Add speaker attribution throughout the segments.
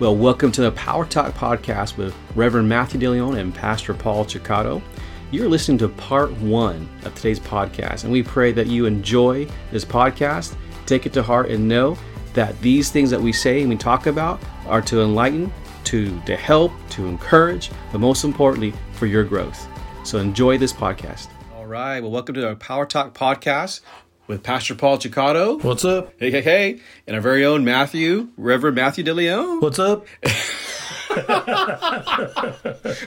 Speaker 1: Well, welcome to the Power Talk podcast with Reverend Matthew DeLeon and Pastor Paul Chicato. You're listening to part one of today's podcast, and we pray that you enjoy this podcast, take it to heart, and know that these things that we say and we talk about are to enlighten, to, to help, to encourage, but most importantly, for your growth. So enjoy this podcast. All right. Well, welcome to our Power Talk podcast with Pastor Paul Chicato.
Speaker 2: What's up?
Speaker 1: Hey, hey, hey. And our very own Matthew, Reverend Matthew DeLeon.
Speaker 2: What's up?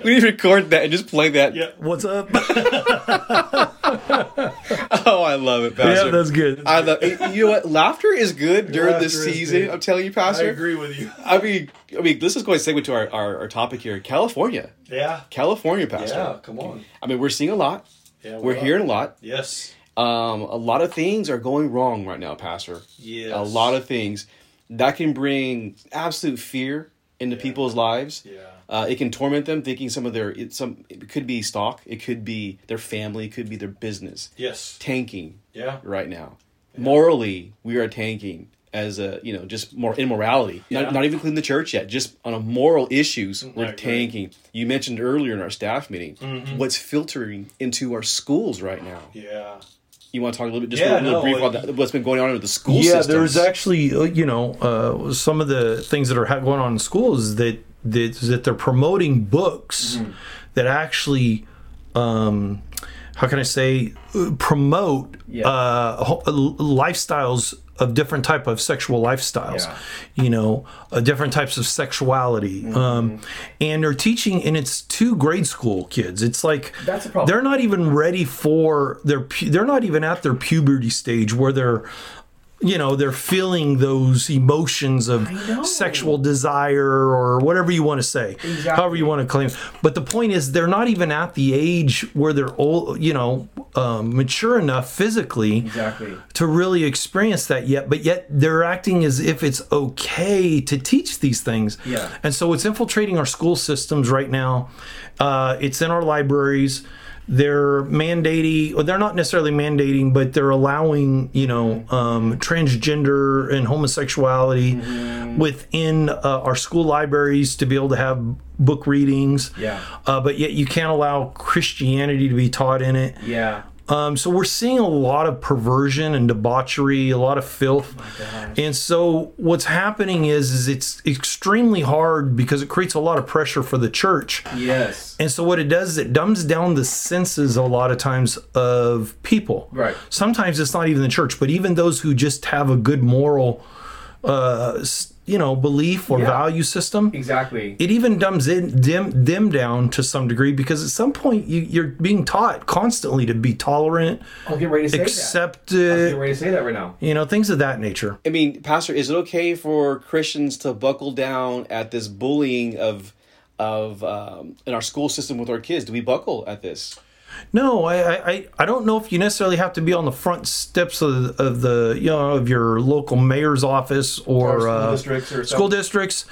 Speaker 1: We need to record that and just play that.
Speaker 2: What's up?
Speaker 1: Oh, I love it, Pastor.
Speaker 2: yeah, that's good.
Speaker 1: I love You know what? Laughter is good during this
Speaker 2: Laughter is
Speaker 1: season.
Speaker 2: good.
Speaker 1: I'm telling you, Pastor.
Speaker 2: with you.
Speaker 1: I mean, I mean, this is going to segue to our, our, our topic here California.
Speaker 2: Yeah.
Speaker 1: California, Pastor.
Speaker 2: come on.
Speaker 1: I mean, we're seeing a lot.
Speaker 2: Yeah,
Speaker 1: We're hearing a lot.
Speaker 2: Yes.
Speaker 1: Um, a lot of things are going wrong right now, Pastor.
Speaker 2: Yes.
Speaker 1: A lot of things that can bring absolute fear into people's lives.
Speaker 2: Yeah.
Speaker 1: Uh, it can torment them, thinking some of their it, some it could be stock, it could be their family, it could be their business
Speaker 2: Yes.
Speaker 1: tanking
Speaker 2: Yeah.
Speaker 1: right now. Morally, we are tanking as a you know just more immorality.
Speaker 2: Yeah.
Speaker 1: Not, not even including the church yet. Just on a moral issues,
Speaker 2: I
Speaker 1: we're
Speaker 2: agree.
Speaker 1: tanking. You mentioned earlier in our staff meeting what's filtering into our schools right now.
Speaker 2: Yeah.
Speaker 1: You want to talk a little bit, just a
Speaker 2: Yeah,
Speaker 1: little
Speaker 2: no,
Speaker 1: brief
Speaker 2: like-
Speaker 1: about that, what's been going on with the school
Speaker 2: Yeah.
Speaker 1: systems.
Speaker 2: There's actually, uh, you know, uh, some of the things that are ha- going on in schools that that that they're promoting books
Speaker 1: Mm-hmm.
Speaker 2: that actually, um, how can I say, uh, promote
Speaker 1: Yeah.
Speaker 2: uh, ho- lifestyles of different type of sexual lifestyles.
Speaker 1: Yeah. Mm-hmm.
Speaker 2: you know, uh, different types of sexuality. Um, and they're teaching, and it's two grade school kids. It's like
Speaker 1: That's a problem.
Speaker 2: They're not even ready for their. Pu- they're not even at their puberty stage where they're. You know, they're feeling those emotions of sexual desire or whatever you want to say, however you want to claim. But the point is, they're not even at the age where they're old, you know, um, mature enough physically
Speaker 1: Exactly.
Speaker 2: to really experience that yet, but yet they're acting as if it's okay to teach these things.
Speaker 1: Yeah.
Speaker 2: And so it's infiltrating our school systems right now. Uh, it's in our libraries. They're mandating, or they're not necessarily mandating, but they're allowing, you know, um, transgender and homosexuality within uh, our school libraries to be able to have book readings.
Speaker 1: Yeah.
Speaker 2: Uh, but yet you can't allow Christianity to be taught in it.
Speaker 1: Yeah.
Speaker 2: Um, so we're seeing a lot of perversion and debauchery, a lot of filth, and so what's happening is is it's extremely hard because it creates a lot of pressure for the church.
Speaker 1: Yes.
Speaker 2: And so what it does is it dumbs down the senses a lot of times of people.
Speaker 1: Right.
Speaker 2: Sometimes it's not even the church, but even those who just have a good moral, uh, s- you know, belief or value system
Speaker 1: Exactly.
Speaker 2: it even dumbs in them, them down to some degree because at some point you, you're being taught constantly to be tolerant,
Speaker 1: I'm getting ready to say
Speaker 2: accept,
Speaker 1: ready to say that right now.
Speaker 2: uh, you know, things of that nature.
Speaker 1: I mean, Pastor, is it okay for Christians to buckle down at this bullying of of um, in our school system with our kids? Do we buckle at this?
Speaker 2: No, I, I, I- I don't know if you necessarily have to be on the front steps of, of the, you know, of your local mayor's office or,
Speaker 1: school
Speaker 2: uh,
Speaker 1: districts or
Speaker 2: school districts.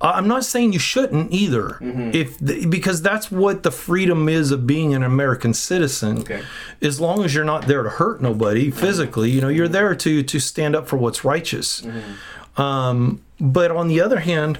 Speaker 2: Uh, I'm not saying you shouldn't either,
Speaker 1: Mm-hmm.
Speaker 2: if the, because that's what the freedom is of being an American citizen.
Speaker 1: Okay. Mm-hmm.
Speaker 2: As long as you're not there to hurt nobody physically, you know, you're there to to stand up for what's righteous.
Speaker 1: Mm-hmm.
Speaker 2: Um, but on the other hand,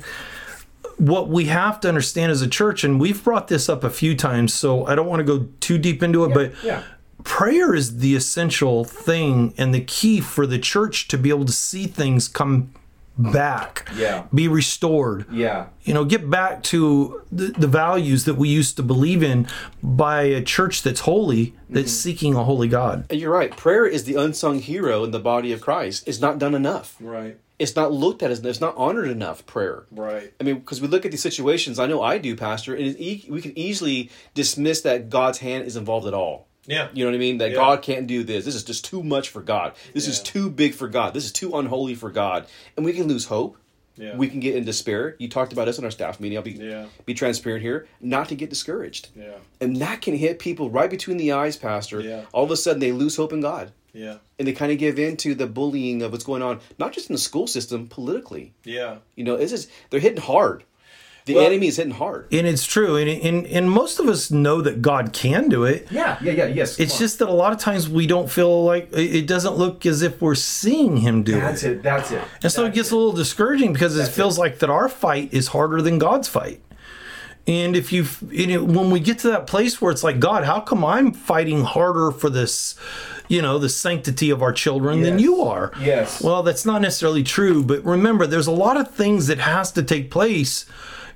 Speaker 2: what we have to understand as a church, and we've brought this up a few times, so I don't want to go too deep into it, but
Speaker 1: yeah.
Speaker 2: prayer is the essential thing and the key for the church to be able to see things come back,
Speaker 1: Yeah.
Speaker 2: be restored,
Speaker 1: Yeah.
Speaker 2: you know, get back to the, the values that we used to believe in by a church that's holy, that's
Speaker 1: Mm-hmm.
Speaker 2: seeking a holy God.
Speaker 1: And you're right. Prayer is the unsung hero in the body of Christ. It's not done enough.
Speaker 3: Right,
Speaker 1: It's not looked at as it's not honored enough. Prayer.
Speaker 3: right.
Speaker 1: I mean, because we look at these situations. I know I do, Pastor, and it's e- we can easily dismiss that God's hand is involved at all.
Speaker 3: Yeah.
Speaker 1: You know what I mean? That God can't do this. This is just too much for God. This is
Speaker 3: Yeah.
Speaker 1: too big for God. This is too unholy for God. And we can lose hope.
Speaker 3: Yeah.
Speaker 1: We can get in despair. You talked about this in our staff meeting. I'll be
Speaker 3: Yeah.
Speaker 1: be transparent here, not to get discouraged.
Speaker 3: Yeah,
Speaker 1: And that can hit people right between the eyes, Pastor.
Speaker 3: Yeah.
Speaker 1: All of a sudden they lose hope in God.
Speaker 3: yeah,
Speaker 1: And they kind of give in to the bullying of what's going on, not just in the school system, politically.
Speaker 3: yeah.
Speaker 1: You know, this is they're hitting hard. The
Speaker 3: Well-
Speaker 1: enemy is hitting hard.
Speaker 2: and it's true and, and and most of us know that god can do it
Speaker 3: Yeah, yeah, yeah, yes.
Speaker 2: it's just that a lot of times we don't feel like it it doesn't look as if we're seeing him do
Speaker 3: that's
Speaker 2: it
Speaker 3: it. That's it.
Speaker 2: and so it gets a little discouraging because it feels like that our fight is harder than god's fight and if you and it, when we get to that place where it's like god how come i'm fighting harder for this you know the sanctity of our children than
Speaker 3: Yes.
Speaker 2: you are
Speaker 3: Yes.
Speaker 2: well that's not necessarily true but remember there's a lot of things that has to take place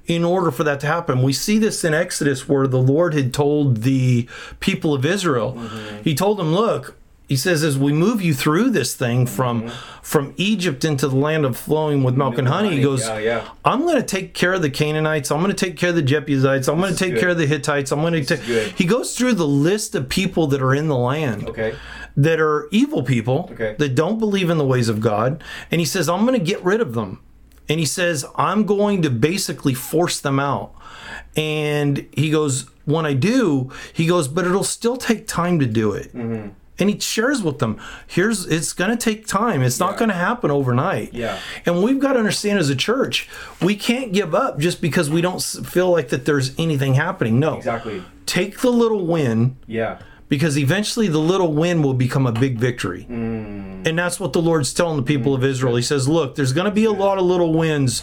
Speaker 2: in order for that to happen we see this in exodus where the lord had told the people of israel
Speaker 3: Mm-hmm.
Speaker 2: he told them look he says as we move you through this thing
Speaker 3: Mm-hmm.
Speaker 2: from from egypt into the land of flowing with milk and honey he goes
Speaker 3: Yeah, yeah.
Speaker 2: I'm going to take care of the Canaanites. I'm going to take care of the Jebusites. I'm going to take
Speaker 3: good.
Speaker 2: care of the Hittites. I'm going to take.
Speaker 3: good.
Speaker 2: He goes through the list of people that are in the land
Speaker 3: Okay.
Speaker 2: that are evil people
Speaker 3: Okay.
Speaker 2: that don't believe in the ways of God, and he says, "I'm going to get rid of them." And he says, "I'm going to basically force them out." And he goes, "When I do, he goes, but it'll still take time to do it."
Speaker 3: Mm-hmm.
Speaker 2: And he shares with them, "Here's it's going to take time. It's not going to happen overnight."
Speaker 3: Yeah.
Speaker 2: And we've got to understand as a church, we can't give up just because we don't s- feel like that there's anything happening. No.
Speaker 3: Exactly.
Speaker 2: Take the little win
Speaker 3: Yeah.
Speaker 2: because eventually the little win will become a big victory.
Speaker 3: Mm.
Speaker 2: And that's what the Lord's telling the people of Israel. He says, Look, there's going to be a lot of little wins,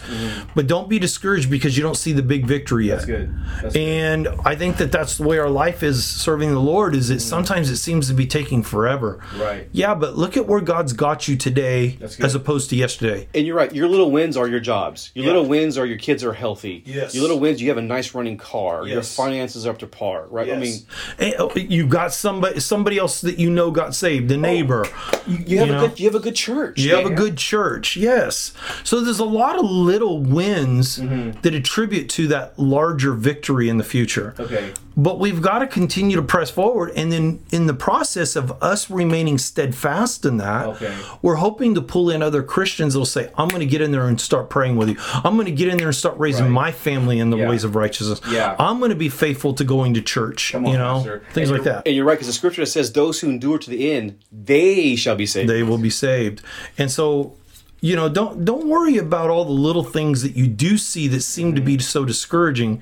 Speaker 2: but don't be discouraged because you don't see the big victory yet.
Speaker 3: Mm. That's good. That's good.
Speaker 2: And I think that that's the way our life is serving the Lord is that sometimes it seems to be taking forever.
Speaker 3: Mm. Right.
Speaker 2: Yeah, but look at where God's got you today
Speaker 3: That's good.
Speaker 2: as opposed to yesterday.
Speaker 1: And you're right. Your little wins are your jobs. Your little wins are your kids are healthy.
Speaker 2: Yes.
Speaker 1: Your little wins. You have a nice running car. Your
Speaker 2: Yes.
Speaker 1: finances are up to par. Right. I mean,
Speaker 2: Eh, oh, You got somebody somebody else that you know got saved,
Speaker 3: Oh.
Speaker 2: a neighbor.
Speaker 1: you, you have
Speaker 2: You
Speaker 1: a
Speaker 2: know?
Speaker 1: good. You have a good church.
Speaker 2: You have a good church, yes. So there's a lot of little wins
Speaker 3: Mm-hmm.
Speaker 2: that attribute to that larger victory in the future.
Speaker 3: Okay.
Speaker 2: But we've got to continue to press forward, and then in the process of us remaining steadfast in that,
Speaker 3: Okay.
Speaker 2: we're hoping to pull in other Christians. They'll say, "I'm going to get in there and start praying with you. I'm going to get in there and start raising
Speaker 3: Right.
Speaker 2: my family in the
Speaker 3: Yeah.
Speaker 2: ways of righteousness.
Speaker 3: Yeah.
Speaker 2: I'm going to be faithful to going to church.
Speaker 3: on,
Speaker 2: you know,
Speaker 3: Pastor.
Speaker 2: things like that."
Speaker 1: And you're right because the scripture that says, "Those who endure to the end, they shall be saved."
Speaker 2: they will be saved. And so, you know, don't don't worry about all the little things that you do see that seem to
Speaker 3: Mm-hmm.
Speaker 2: be so discouraging.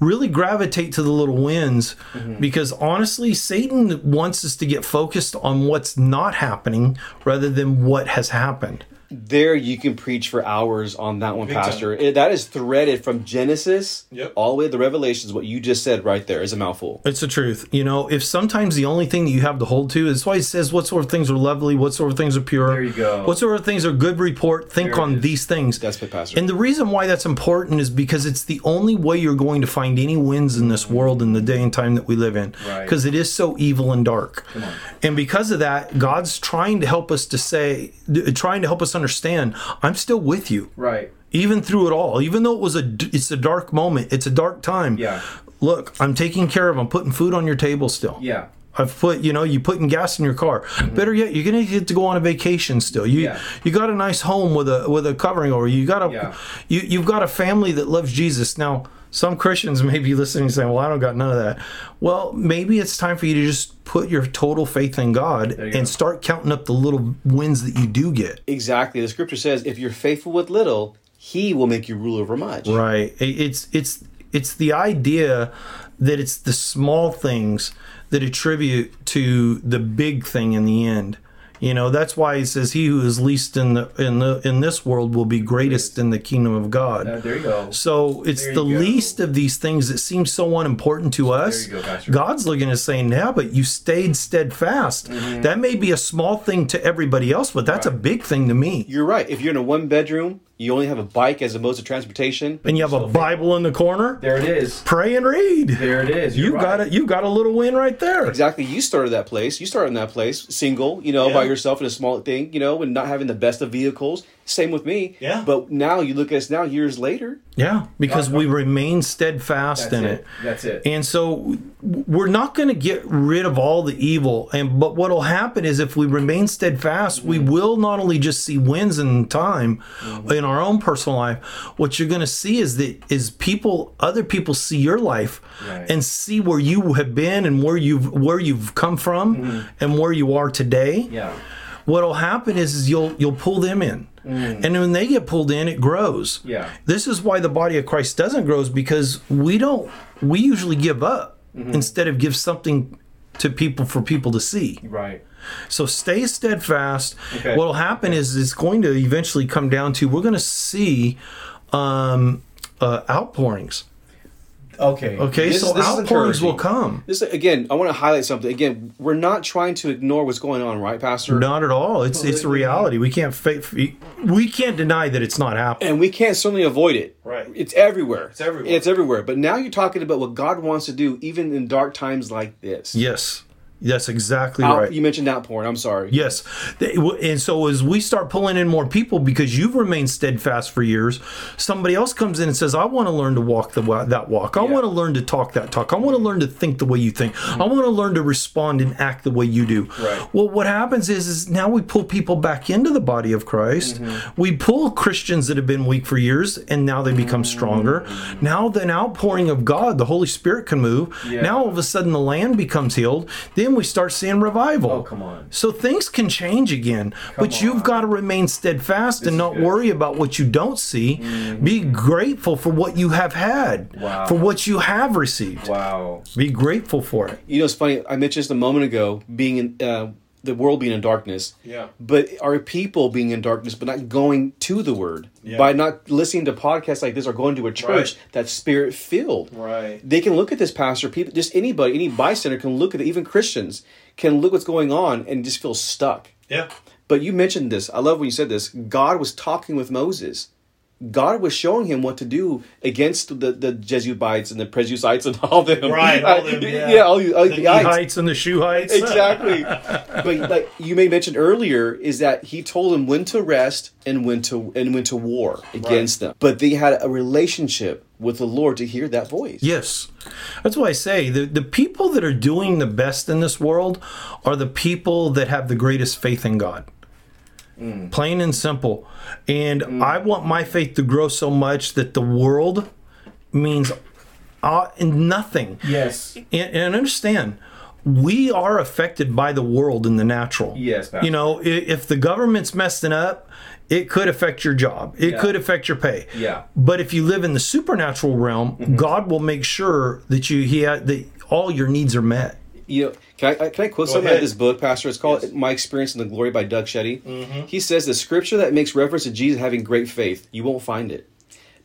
Speaker 2: Really gravitate to the little wins
Speaker 3: Mm-hmm.
Speaker 2: because honestly, Satan wants us to get focused on what's not happening rather than what has happened.
Speaker 1: there you can preach for hours on that one, Pastor. It, that is threaded from Genesis
Speaker 3: Yep.
Speaker 1: all the way to the Revelations. What you just said right there is a mouthful.
Speaker 2: It's the truth. You know, if sometimes the only thing that you have to hold to is why it says what sort of things are lovely, what sort of things are pure.
Speaker 3: There you go.
Speaker 2: What sort of things are good report, think
Speaker 3: There it
Speaker 2: on
Speaker 3: is.
Speaker 2: these things.
Speaker 1: That's it, Pastor.
Speaker 2: And the reason why that's important is because it's the only way you're going to find any wins in this world in the day and time that we live in.
Speaker 3: Right.
Speaker 2: Because it is so evil and dark. And because of that, God's trying to help us to say, th- trying to help us understand, I'm still with you.
Speaker 3: Right.
Speaker 2: Even through it all, even though it was a, d- it's a dark moment, it's a dark time.
Speaker 3: Yeah.
Speaker 2: Look, I'm taking care of. I'm putting food on your table still.
Speaker 3: Yeah.
Speaker 2: I've put, you know, you putting gas in your car. Better yet, you're gonna get to go on a vacation still. You
Speaker 3: Mm-hmm.
Speaker 2: you
Speaker 3: Yeah.
Speaker 2: got a nice home with a with a covering over. You got a
Speaker 3: Yeah.
Speaker 2: you you've got a family that loves Jesus. Now, some Christians may be listening and saying, "Well, I don't got none of that." Well, maybe it's time for you to just put your total faith in God and
Speaker 3: go.
Speaker 2: start counting up the little wins that you do get.
Speaker 1: exactly. The scripture says, "If you're faithful with little, He will make you rule over much."
Speaker 2: Right. It- It's it's it's the idea that it's the small things that attribute to the big thing in the end. You know, that's why he says he who is least in the in the in this world will be greatest in the kingdom of God.
Speaker 3: Uh, there you go.
Speaker 2: So it's
Speaker 3: There
Speaker 2: the
Speaker 3: you go.
Speaker 2: least of these things that seem so unimportant to us.
Speaker 3: you go, Pastor.
Speaker 2: God's looking and saying, "Yeah, but you stayed steadfast.
Speaker 3: Mm-hmm.
Speaker 2: That may be a small thing to everybody else, but that's a big thing to me."
Speaker 1: You're right. If you're in a one bedroom, you only have a bike as a mode of transportation.
Speaker 2: and you have a Bible in the corner.
Speaker 3: There it is.
Speaker 2: Pray and read.
Speaker 3: There it is. You're
Speaker 2: You
Speaker 3: right.
Speaker 2: got it. You got a little win right there.
Speaker 1: Exactly. You started that place. You started in that place, single, you know, by
Speaker 2: Yeah.
Speaker 1: yourself in a small thing, you know, and not having the best of vehicles. Same with me.
Speaker 2: Yeah.
Speaker 1: But now you look at us now, years later.
Speaker 2: Yeah, because we remain steadfast
Speaker 3: That's
Speaker 2: in
Speaker 3: it.
Speaker 2: it.
Speaker 3: That's it.
Speaker 2: And so w- we're not going to get rid of all the evil. And but what'll happen is if we remain steadfast, we
Speaker 3: Mm.
Speaker 2: will not only just see wins in time
Speaker 3: Mm-hmm.
Speaker 2: in our own personal life. What you're going to see is that is people, other people see your life
Speaker 3: Right.
Speaker 2: and see where you have been and where you've where you've come from and where you are today.
Speaker 3: Mm-hmm. yeah.
Speaker 2: what'll happen is, is you'll you'll pull them in
Speaker 1: Mm.
Speaker 2: And when they get pulled in, it grows.
Speaker 3: Yeah.
Speaker 2: This is why the body of Christ doesn't grow is because we don't we usually give up
Speaker 1: Mm-hmm.
Speaker 2: instead of give something to people for people to see.
Speaker 3: Right.
Speaker 2: So stay steadfast.
Speaker 3: Okay.
Speaker 2: What'll happen is it's going to eventually come down to we're going to see um, uh, outpourings.
Speaker 3: Okay.
Speaker 2: Okay,
Speaker 1: This-
Speaker 2: so
Speaker 1: this is
Speaker 2: outpourings will
Speaker 1: encouraging.
Speaker 2: come.
Speaker 1: This again, I want to highlight something. Again, we're not trying to ignore what's going on, right, Pastor?
Speaker 2: Not at all. It's it's a reality. We can't fa- we can't deny that it's not happening.
Speaker 1: And we can't certainly avoid it.
Speaker 3: Right.
Speaker 1: It's everywhere. It's
Speaker 3: everywhere.
Speaker 1: It's everywhere. But now you're talking about what God wants to do, even in dark times like this.
Speaker 2: Yes, that's exactly
Speaker 1: Out-
Speaker 2: right.
Speaker 1: You mentioned outpouring. I'm sorry.
Speaker 2: Yes. They- w- And so as we start pulling in more people because you've remained steadfast for years, somebody else comes in and says, "I want to learn to walk the wa- that walk. I want to learn to talk that talk. I want to learn to think the way you think. I want to learn to respond and act the way you do."
Speaker 3: Right.
Speaker 2: Well, what happens is is now we pull people back into the body of Christ.
Speaker 3: Mm-hmm.
Speaker 2: We pull Christians that have been weak for years and now they become stronger. Now the outpouring of God, the Holy Spirit can move. Now all of a sudden the land becomes healed. Then we start seeing revival.
Speaker 3: Oh, come on.
Speaker 2: So things can change again, but you've got to remain steadfast and not worry about what you don't see. Be grateful for what you have had,
Speaker 3: Mm-hmm. Wow.
Speaker 2: for what you have received.
Speaker 3: Wow.
Speaker 2: Be grateful for it.
Speaker 1: You know, it's funny. I mentioned just a moment ago being in uh, the world being in darkness.
Speaker 3: Yeah.
Speaker 1: But our people being in darkness, but not going to the Word
Speaker 3: Yeah.
Speaker 1: by not listening to podcasts like this or going to a church
Speaker 3: Right.
Speaker 1: that's spirit filled.
Speaker 3: Right.
Speaker 1: They can look at this pastor. People, just anybody, any bystander can look at it. Even Christians can look what's going on and just feel stuck.
Speaker 3: Yeah.
Speaker 1: But you mentioned this. I love when you said this. God was talking with Moses. God was showing him what to do against the, the Jesuites and the Prejuicites and all them.
Speaker 3: Right, all them,
Speaker 1: Uh,
Speaker 3: yeah.
Speaker 1: all you, all
Speaker 3: The
Speaker 1: the ites.
Speaker 2: Heights and the shoe heights.
Speaker 1: Exactly. but like you may mention earlier, is that he told them when to rest and when to and when to war against them. But they had a relationship with the Lord to hear that voice.
Speaker 2: Yes. That's why I say the, the people that are doing the best in this world are the people that have the greatest faith in God. Plain and simple. And I want my faith to grow so much that the world means uh, nothing.
Speaker 3: Yes.
Speaker 2: And, and understand, we are affected by the world in the natural.
Speaker 3: Yes, Pastor.
Speaker 2: You know, i- if the government's messing up, it could affect your job. It could affect your pay.
Speaker 3: Yeah. Mm-hmm.
Speaker 2: But if you live in the supernatural realm, God will make sure that you he ha- that all your needs are met.
Speaker 1: you know, can I, I- can I quote something out of
Speaker 3: ahead.
Speaker 1: this book, Pastor? It's called "My Experience in the Glory" by Doug Shetty. He says the scripture that makes reference to Jesus having great faith, you won't find it,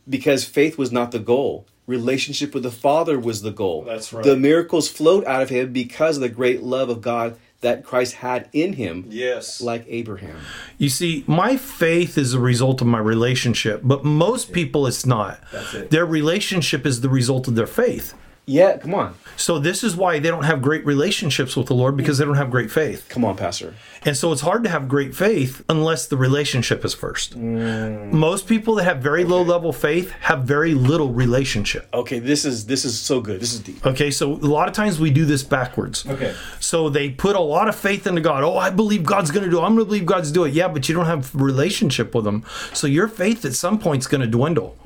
Speaker 1: because faith was not the goal. Relationship with the Father was the goal.
Speaker 3: That's right.
Speaker 1: The miracles flowed out of him because of the great love of God that Christ had in him,
Speaker 3: Yes.
Speaker 1: like Abraham.
Speaker 2: You see, my faith is a result of my relationship, but most people it's not.
Speaker 3: That's it.
Speaker 2: Their relationship is the result of their faith.
Speaker 1: Yeah, come on,
Speaker 2: So this is why they don't have great relationships with the Lord
Speaker 3: Mm-hmm.
Speaker 2: because they don't have great faith.
Speaker 1: come on, Pastor.
Speaker 2: And so it's hard to have great faith unless the relationship is first. Most people that have very low level faith have very little relationship.
Speaker 1: Okay, this is this is so good. This is deep.
Speaker 2: Okay, so a lot of times we do this backwards.
Speaker 3: Okay.
Speaker 2: So they put a lot of faith into God. Oh, I believe God's going to do it. I'm going to believe God's do it. Yeah, but you don't have relationship with him. So your faith at some point's going to dwindle.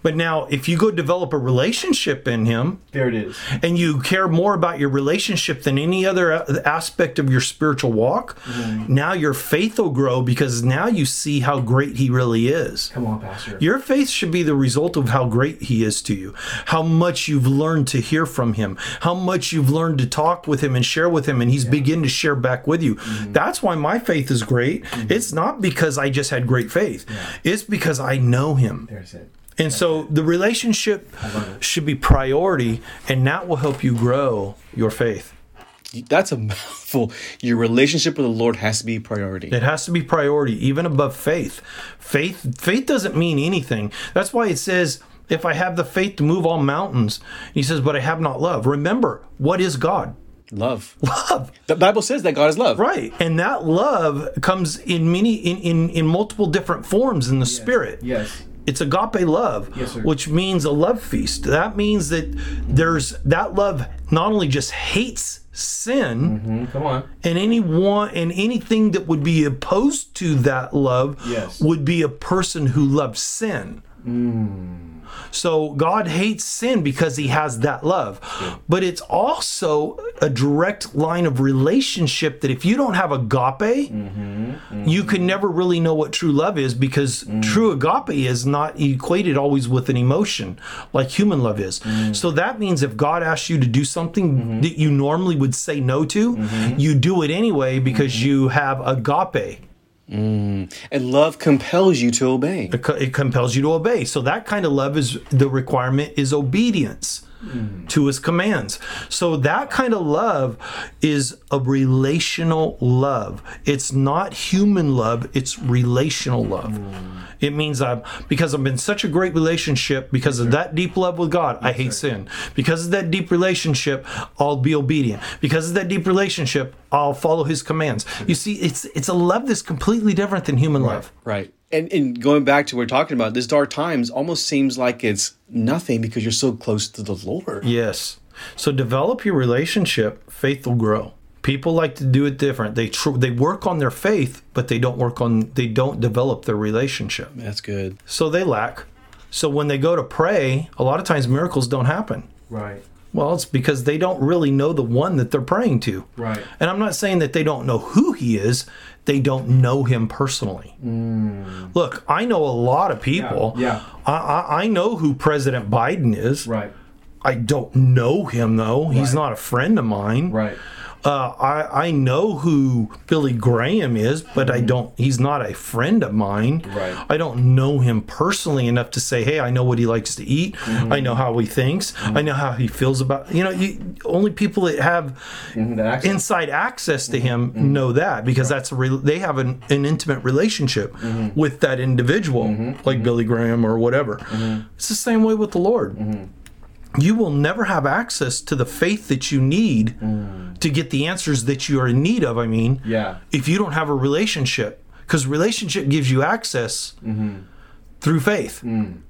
Speaker 2: But now if you go develop a relationship in him,
Speaker 3: There it is.
Speaker 2: and you care more about your relationship than any other a- aspect of your spiritual walk, now your faith will grow because now you see how great He really is.
Speaker 3: Come on, Pastor.
Speaker 2: Your faith should be the result of how great He is to you, how much you've learned to hear from Him, how much you've learned to talk with Him and share with Him, and He's beginning to share back with you. That's why my faith is great. It's not because I just had great faith, it's because I know Him.
Speaker 3: There's it.
Speaker 2: And so the relationship should be priority, and that will help you grow your faith.
Speaker 1: That's a mouthful. Your relationship with the Lord has to be priority.
Speaker 2: It has to be priority, even above faith. Faith, faith doesn't mean anything. That's why it says, "If I have the faith to move all mountains," he says, "But I have not love." Remember, what is God?
Speaker 1: Love.
Speaker 2: Love.
Speaker 1: The Bible says that God is love.
Speaker 2: Right. And that love comes in many in in, in multiple different forms in the spirit.
Speaker 3: Yes.
Speaker 2: It's agape love,
Speaker 3: Yes, sir.
Speaker 2: which means a love feast. That means that there's that love not only just hates sin
Speaker 3: Mhm, Come on.
Speaker 2: and anyone and anything that would be opposed to that love
Speaker 3: Yes.
Speaker 2: would be a person who loves sin.
Speaker 3: Mm.
Speaker 2: So God hates sin because he has that love. But it's also a direct line of relationship that if you don't have agape,
Speaker 3: Mm.
Speaker 2: you can never really know what true love is because true agape is not equated always with an emotion like human love is. So that means if God asks you to do something that you normally would say no to, you do it anyway because you have agape.
Speaker 1: And love compels you to obey.
Speaker 2: It co- It compels you to obey. So that kind of love is the requirement is obedience to his commands. So that kind of love is a relational love. It's not human love, it's relational love. It means I'm because I'm in such a great relationship because of that deep love with God, I hate sin. Because of that deep relationship, I'll be obedient. Because of that deep relationship, I'll follow his commands. You see, it's it's a love that's completely different than human love.
Speaker 1: Right. And, and going back to what we're talking about, this dark times almost seems like it's nothing because you're so close to the Lord.
Speaker 2: Yes. So develop your relationship. Faith will grow. People like to do it different. They tr- they work on their faith, but they don't work on they don't develop their relationship.
Speaker 1: That's good.
Speaker 2: So they lack. So when they go to pray, a lot of times miracles don't happen.
Speaker 3: Right.
Speaker 2: Well, it's because they don't really know the one that they're praying to.
Speaker 3: Right.
Speaker 2: And I'm not saying that they don't know who he is, they don't know him personally. Look, I know a lot of people.
Speaker 3: Mm. yeah.
Speaker 2: I, I, I know who President Biden is.
Speaker 3: Right.
Speaker 2: I don't know him though. He's not a friend of mine.
Speaker 3: Right.
Speaker 2: Uh, I I know who Billy Graham is, but I don't. He's not a friend of mine.
Speaker 3: Mm-hmm. Right.
Speaker 2: I don't know him personally enough to say, hey, I know what he likes to eat. I
Speaker 3: Mm-hmm.
Speaker 2: know how he thinks. I know how he feels about. You know, you, only people that have
Speaker 3: Mhm, that accent.
Speaker 2: inside access to him
Speaker 3: Mm-hmm.
Speaker 2: know that because that's a re- they have an, an intimate relationship
Speaker 3: Mm-hmm.
Speaker 2: with that individual like billy graham or whatever
Speaker 3: Mm-hmm.
Speaker 2: it's the same way with the lord you will never have access to the faith that you need to get the answers that you are in need of i mean
Speaker 3: Mm. Yeah.
Speaker 2: if you don't have a relationship because relationship gives you access
Speaker 3: Mm-hmm.
Speaker 2: through faith
Speaker 3: Mm.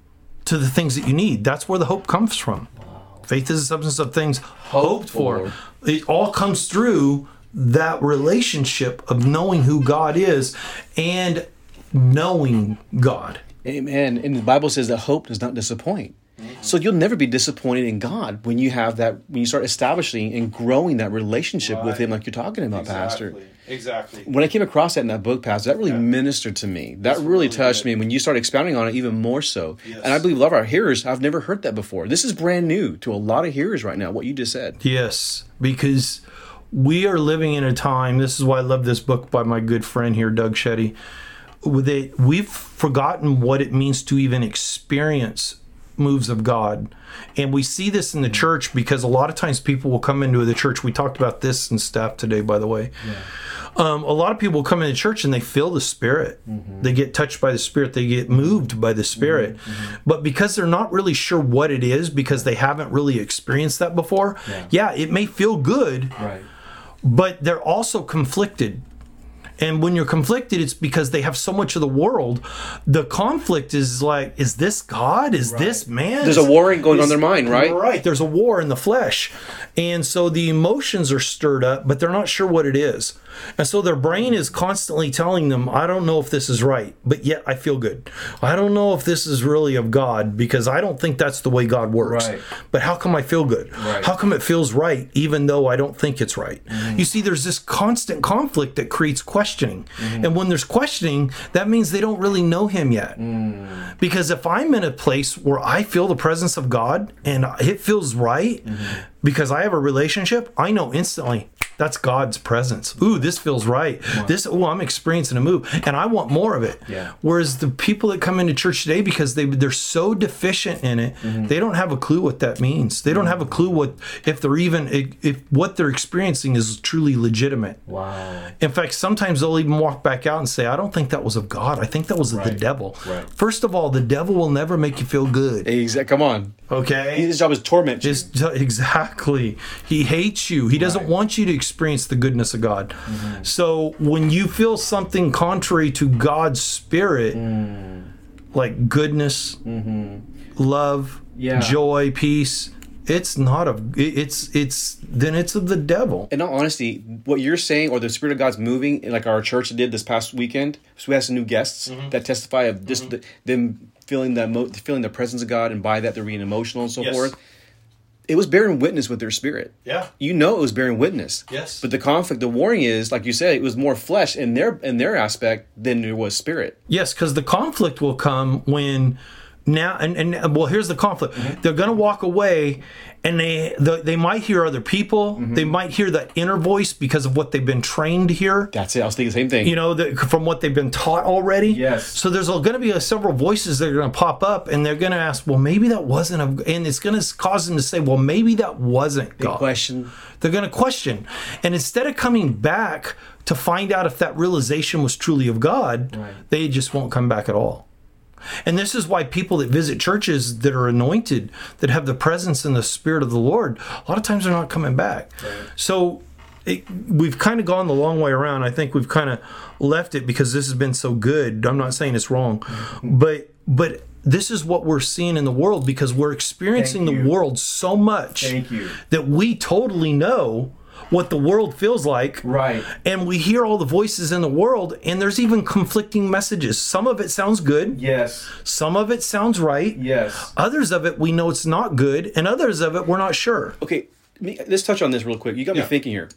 Speaker 2: to the things that you need that's where the hope comes from faith is the substance of things hoped for
Speaker 3: for.
Speaker 2: it all comes through that relationship of knowing who god is and knowing god
Speaker 1: Amen. And the Bible says that hope does not disappoint. So you'll never be disappointed in God when you have that when you start establishing and growing that relationship with Him, like you're talking about, Pastor.
Speaker 4: Exactly.
Speaker 1: When I came across that in that book, Pastor, that really ministered to me. That really, touched me when you started expounding on it even more so. And I believe a lot of our hearers, I've never heard that before. This is brand new to a lot of hearers right now, what you just said.
Speaker 2: Yes, because we are living in a time. This is why I love this book by my good friend here, Doug Shetty. That we've forgotten what it means to even experience moves of God, and we see this in the church because a lot of times people will come into the church. We talked about this in staff today, by the way. Um, a lot of people come into church and they feel the Spirit. They get touched by the Spirit. They get moved by the Spirit. But because they're not really sure what it is, because they haven't really experienced that before, yeah, it may feel good,
Speaker 3: Right.
Speaker 2: but they're also conflicted. And when you're conflicted, it's because they have so much of the world. The conflict is like, is this God? Is this man?
Speaker 1: There's a
Speaker 2: Is-
Speaker 1: warring going on
Speaker 2: is-
Speaker 1: in their mind, right?
Speaker 2: Right. There's a war in the flesh. And so the emotions are stirred up, but they're not sure what it is. And so their brain is constantly telling them, I don't know if this is right, but yet I feel good. I don't know if this is really of God because I don't think that's the way God works.
Speaker 3: Right.
Speaker 2: But how come I feel good?
Speaker 3: Right. Mm-hmm.
Speaker 2: How come it feels right even though I don't think it's right? You see, there's this constant conflict that creates questioning.
Speaker 3: Mm-hmm.
Speaker 2: And when there's questioning, that means they don't really know Him yet.
Speaker 3: Mm.
Speaker 2: Because if I'm in a place where I feel the presence of God and it feels right
Speaker 3: Mm-hmm.
Speaker 2: because I have a relationship, I know instantly that's God's presence. Ooh, this feels right. This oh, I'm experiencing a move and I want more of it.
Speaker 3: Yeah.
Speaker 2: Whereas the people that come into church today because they they're so deficient in it,
Speaker 3: Mm-hmm.
Speaker 2: they don't have a clue what that means. They don't have a clue what if they're even if what they're experiencing is truly legitimate.
Speaker 3: Wow.
Speaker 2: In fact, sometimes they'll even walk back out and say, I don't think that was of God. I think that was of the
Speaker 3: Right.
Speaker 2: devil.
Speaker 3: Right.
Speaker 2: First of all, the devil will never make you feel good.
Speaker 1: Exactly. Come on.
Speaker 2: Okay?
Speaker 1: His job is torment. you.
Speaker 2: It's t- exactly. He hates you. He doesn't want you to experience the goodness of God. So when you feel something contrary to God's spirit, like goodness, love,
Speaker 3: Yeah.
Speaker 2: joy, peace, it's not a it- it's it's then it's of the devil
Speaker 1: in all honesty, what you're saying, or the Spirit of God's moving, like our church did this past weekend, so we had some new guests
Speaker 2: Mm-hmm.
Speaker 1: that testify of just the, them feeling the emo- feeling the presence of God, and by that they're being emotional and so
Speaker 2: Yes.
Speaker 1: forth. It was bearing witness with their spirit.
Speaker 2: Yeah.
Speaker 1: you know it was bearing witness.
Speaker 2: Yes.
Speaker 1: but the conflict, the warring is, like you said, it was more flesh in their in their aspect than there was spirit.
Speaker 2: Yes, because the conflict will come when now and, and well here's the conflict they're going to walk away and they the, they might hear other people they might hear that inner voice because of what they've been trained to hear
Speaker 1: That's it. I was thinking the same thing.
Speaker 2: you know the, from what they've been taught already
Speaker 3: Yes.
Speaker 2: so there's going to be uh several voices that are going to pop up and they're going to ask well maybe that wasn't a, and it's going to cause them to say well maybe that wasn't god
Speaker 1: question.
Speaker 2: they're going to question. And instead of coming back to find out if that realization was truly of God, they just won't come back at all. And this is why people that visit churches that are anointed, that have the presence and the spirit of the Lord, a lot of times they're not coming back. So it, we've kind of gone the long way around. I think we've kind of left it because this has been so good. I'm not saying it's wrong,
Speaker 3: Mm-hmm.
Speaker 2: but but this is what we're seeing in the world because we're experiencing the
Speaker 3: you.
Speaker 2: world so much
Speaker 3: Thank you.
Speaker 2: that we totally know what the world feels like.
Speaker 3: Right.
Speaker 2: And we hear all the voices in the world, and there's even conflicting messages. Some of it sounds good,
Speaker 3: Yes.
Speaker 2: some of it sounds right.
Speaker 3: Yes.
Speaker 2: Others of it we know it's not good, and others of it we're not sure.
Speaker 1: Okay, me- let's touch on this real quick. You got me thinking here.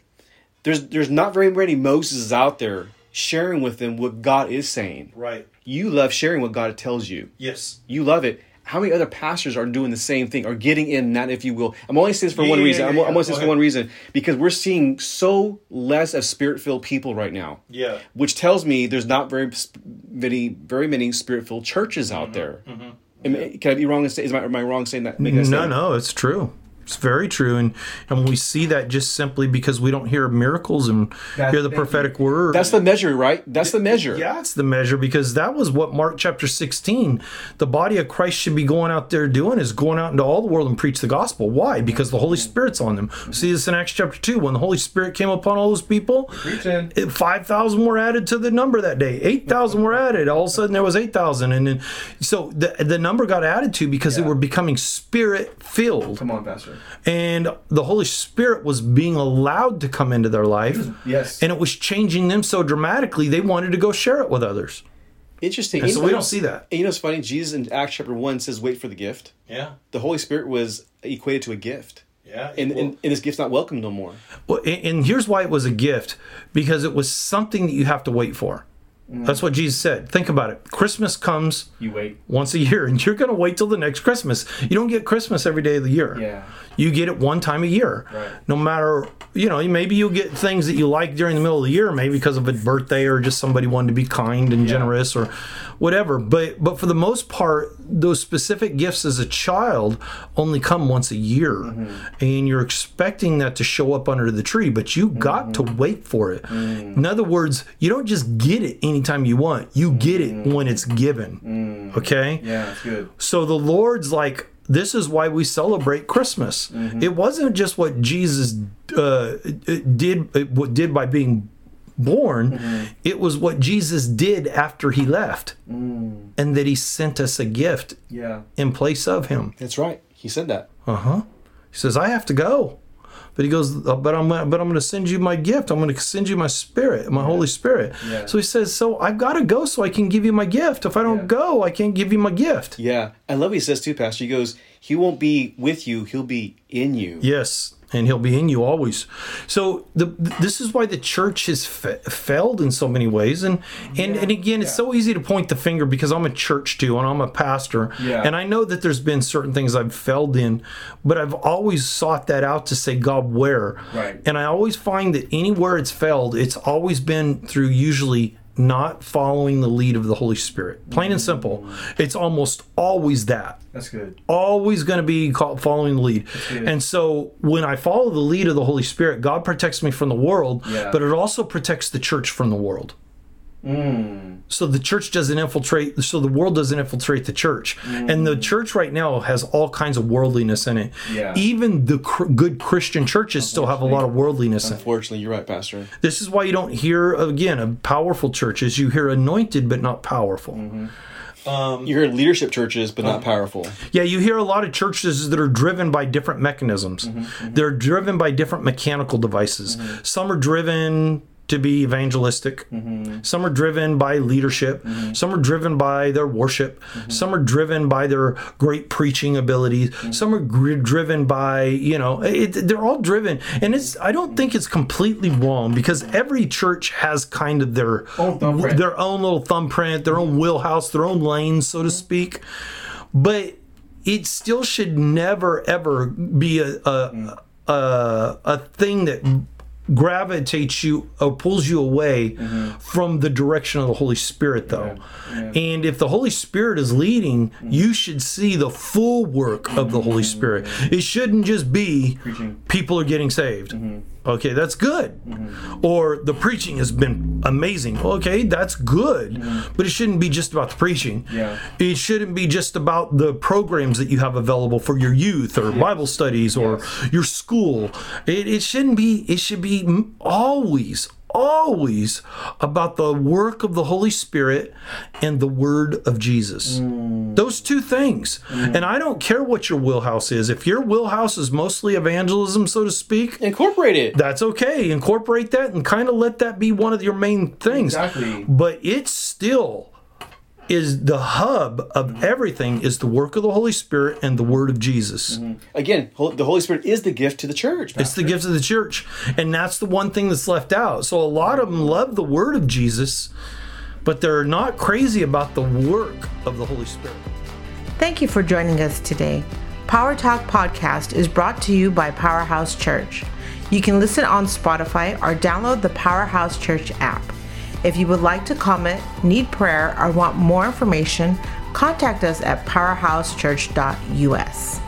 Speaker 1: There's there's not very many Moses out there sharing with them what God is saying.
Speaker 2: Right.
Speaker 1: You love sharing what God tells you.
Speaker 2: Yes.
Speaker 1: You love it. How many other pastors are doing the same thing, or getting in that, if you will? I'm only saying this for one
Speaker 2: yeah,
Speaker 1: reason.
Speaker 2: yeah,
Speaker 1: I'm,
Speaker 2: yeah.
Speaker 1: I'm only saying this
Speaker 2: Go
Speaker 1: for
Speaker 2: ahead.
Speaker 1: one reason because we're seeing so less of spirit-filled people right now.
Speaker 2: Yeah.
Speaker 1: Which tells me there's not very sp- many, very many spirit-filled churches
Speaker 2: Mm-hmm,
Speaker 1: out there. Am- Can I be wrong? in say- Is my, am I wrong saying that? making that
Speaker 2: No,
Speaker 1: statement?
Speaker 2: no, it's true. It's very true, and and we see that just simply because we don't hear miracles and
Speaker 3: That-
Speaker 2: hear the
Speaker 3: that-
Speaker 2: prophetic word.
Speaker 1: That's the measure, right? That's the measure.
Speaker 2: Yeah, it's the measure because that was what Mark chapter 16, the body of Christ should be going out there doing is going out into all the world and preach the gospel. Why? Because the Holy Spirit's on them. See this in Acts chapter 2 when the Holy Spirit came upon all those people.
Speaker 3: Preaching.
Speaker 2: it- 5,000 were added to the number that day. 8,000 were added. All of a sudden there was 8,000 and then so the the number got added to because they were becoming spirit filled
Speaker 3: Come on, Pastor.
Speaker 2: and the Holy Spirit was being allowed to come into their life.
Speaker 3: Yes.
Speaker 2: And it was changing them so dramatically they wanted to go share it with others.
Speaker 1: Interesting.
Speaker 2: And so we don't see that.
Speaker 1: And you know what's funny? Jesus in Acts chapter one says, "Wait for the gift."
Speaker 2: Yeah.
Speaker 1: The Holy Spirit was equated to a gift.
Speaker 2: Yeah,
Speaker 1: And, and, and this gift's not welcome no more.
Speaker 2: Well, and, and here's why it was a gift because it was something that you have to wait for. That's what Jesus said. Think about it. Christmas comes
Speaker 3: You wait.
Speaker 2: once a year, and you're going to wait till the next Christmas. You don't get Christmas every day of the year.
Speaker 3: Yeah.
Speaker 2: You get it one time a year.
Speaker 3: Right.
Speaker 2: No matter, you know, maybe you'll get things that you like during the middle of the year, maybe because of a birthday or just somebody wanted to be kind and generous or whatever. But but for the most part, those specific gifts as a child only come once a year.
Speaker 3: Mm-hmm.
Speaker 2: And you're expecting that to show up under the tree, but you got to
Speaker 3: Mm-hmm.
Speaker 2: wait for it.
Speaker 3: Mm.
Speaker 2: In other words, you don't just get it anytime you want. You get it when it's given. Okay?
Speaker 3: Mm. Yeah, it's good.
Speaker 2: So the Lord's like, this is why we celebrate Christmas.
Speaker 3: Mm-hmm.
Speaker 2: It wasn't just what Jesus uh, did what did by being born.
Speaker 3: Mm-hmm.
Speaker 2: It was what Jesus did after he left,
Speaker 3: Mm.
Speaker 2: and that he sent us a gift
Speaker 3: Yeah.
Speaker 2: in place of him. Uh-huh.
Speaker 1: That's right. He said that.
Speaker 2: He says, "I have to go," but he goes, "Uh, "But I'm but I'm going to send you my gift. I'm going to send you my spirit, my Holy Spirit."
Speaker 3: Yeah.
Speaker 2: So he says, "So I've got to go, so I can give you my gift. If I don't
Speaker 3: Yeah.
Speaker 2: go, I can't give you my gift."
Speaker 1: Yeah. I love what he says too, Pastor. He goes, He won't be with you, he'll be in you.
Speaker 2: Yes, and he'll be in you always. So the this is why the church has fa- failed in so many ways. And and and again, it's so easy to point the finger because I'm a church too, and I'm a pastor,
Speaker 3: Yeah.
Speaker 2: and I know that there's been certain things I've failed in, but I've always sought that out to say, God, where?
Speaker 3: Right.
Speaker 2: And I always find that anywhere it's failed, it's always been through usually not following the lead of the Holy Spirit. Plain and simple. It's almost always that
Speaker 3: That's good.
Speaker 2: always going to be call- following the lead. And so when I follow the lead of the Holy Spirit, God protects me from the world,
Speaker 3: Yeah.
Speaker 2: but it also protects the church from the world.
Speaker 3: Mm.
Speaker 2: So the church doesn't infiltrate, so the world doesn't infiltrate the church. And the church right now has all kinds of worldliness in it.
Speaker 3: Mm. Yeah.
Speaker 2: Even the cr- good Christian churches still have a lot of worldliness in it.
Speaker 1: Fortunately, you're right, Pastor.
Speaker 2: This
Speaker 3: Mm.
Speaker 2: is why you don't hear again of powerful churches. You hear anointed but not powerful.
Speaker 1: you hear leadership churches, but
Speaker 2: um,
Speaker 1: not powerful.
Speaker 2: Yeah, you hear a lot of churches that are driven by different mechanisms.
Speaker 3: Mm-hmm,
Speaker 2: They're driven by different mechanical devices. Some are driven to be evangelistic.
Speaker 3: Mm-hmm.
Speaker 2: Some are driven by leadership. Some are driven by their worship.
Speaker 3: Mm-hmm.
Speaker 2: Some are driven by their great preaching abilities.
Speaker 3: Mm-hmm.
Speaker 2: Some are gr- driven by, you know, it, they're all driven. And it's I don't think it's completely wrong because every church has kind of their
Speaker 3: Own thumbprint.
Speaker 2: their own little thumbprint, their own wheelhouse, their own lane, so
Speaker 3: Mm-hmm.
Speaker 2: to speak but it still should never ever be a a, a, a thing that gravitates you or pulls you away from the direction of the Holy Spirit though. And if the Holy Spirit is leading, you should see the full work of the Holy Spirit. It shouldn't just be people are getting saved. Okay, that's good. Or the preaching has been amazing. Okay, that's good. But it shouldn't be just about the preaching.
Speaker 3: Yeah.
Speaker 2: It shouldn't be just about the programs that you have available for your youth or Bible studies or your school. It, it shouldn't be, it should be m- always, always about the work of the Holy Spirit and the word of Jesus. Those two things. And I don't care what your wheelhouse is. If your wheelhouse is mostly evangelism, so to speak,
Speaker 1: Incorporate it.
Speaker 2: that's okay. Incorporate that and kind of let that be one of your main things.
Speaker 3: Exactly.
Speaker 2: But it still is the hub of everything is the work of the Holy Spirit and the word of Jesus.
Speaker 1: Again, hol- the Holy Spirit is the gift to the church.
Speaker 2: It's the gifts of the church. And that's the one thing that's left out. So a lot of them love the word of Jesus, but they're not crazy about the work of the Holy Spirit.
Speaker 4: Thank you for joining us today. Power Talk Podcast is brought to you by Powerhouse Church. You can listen on Spotify or download the Powerhouse Church app. If you would like to comment, need prayer, or want more information, contact us at powerhousechurch.us.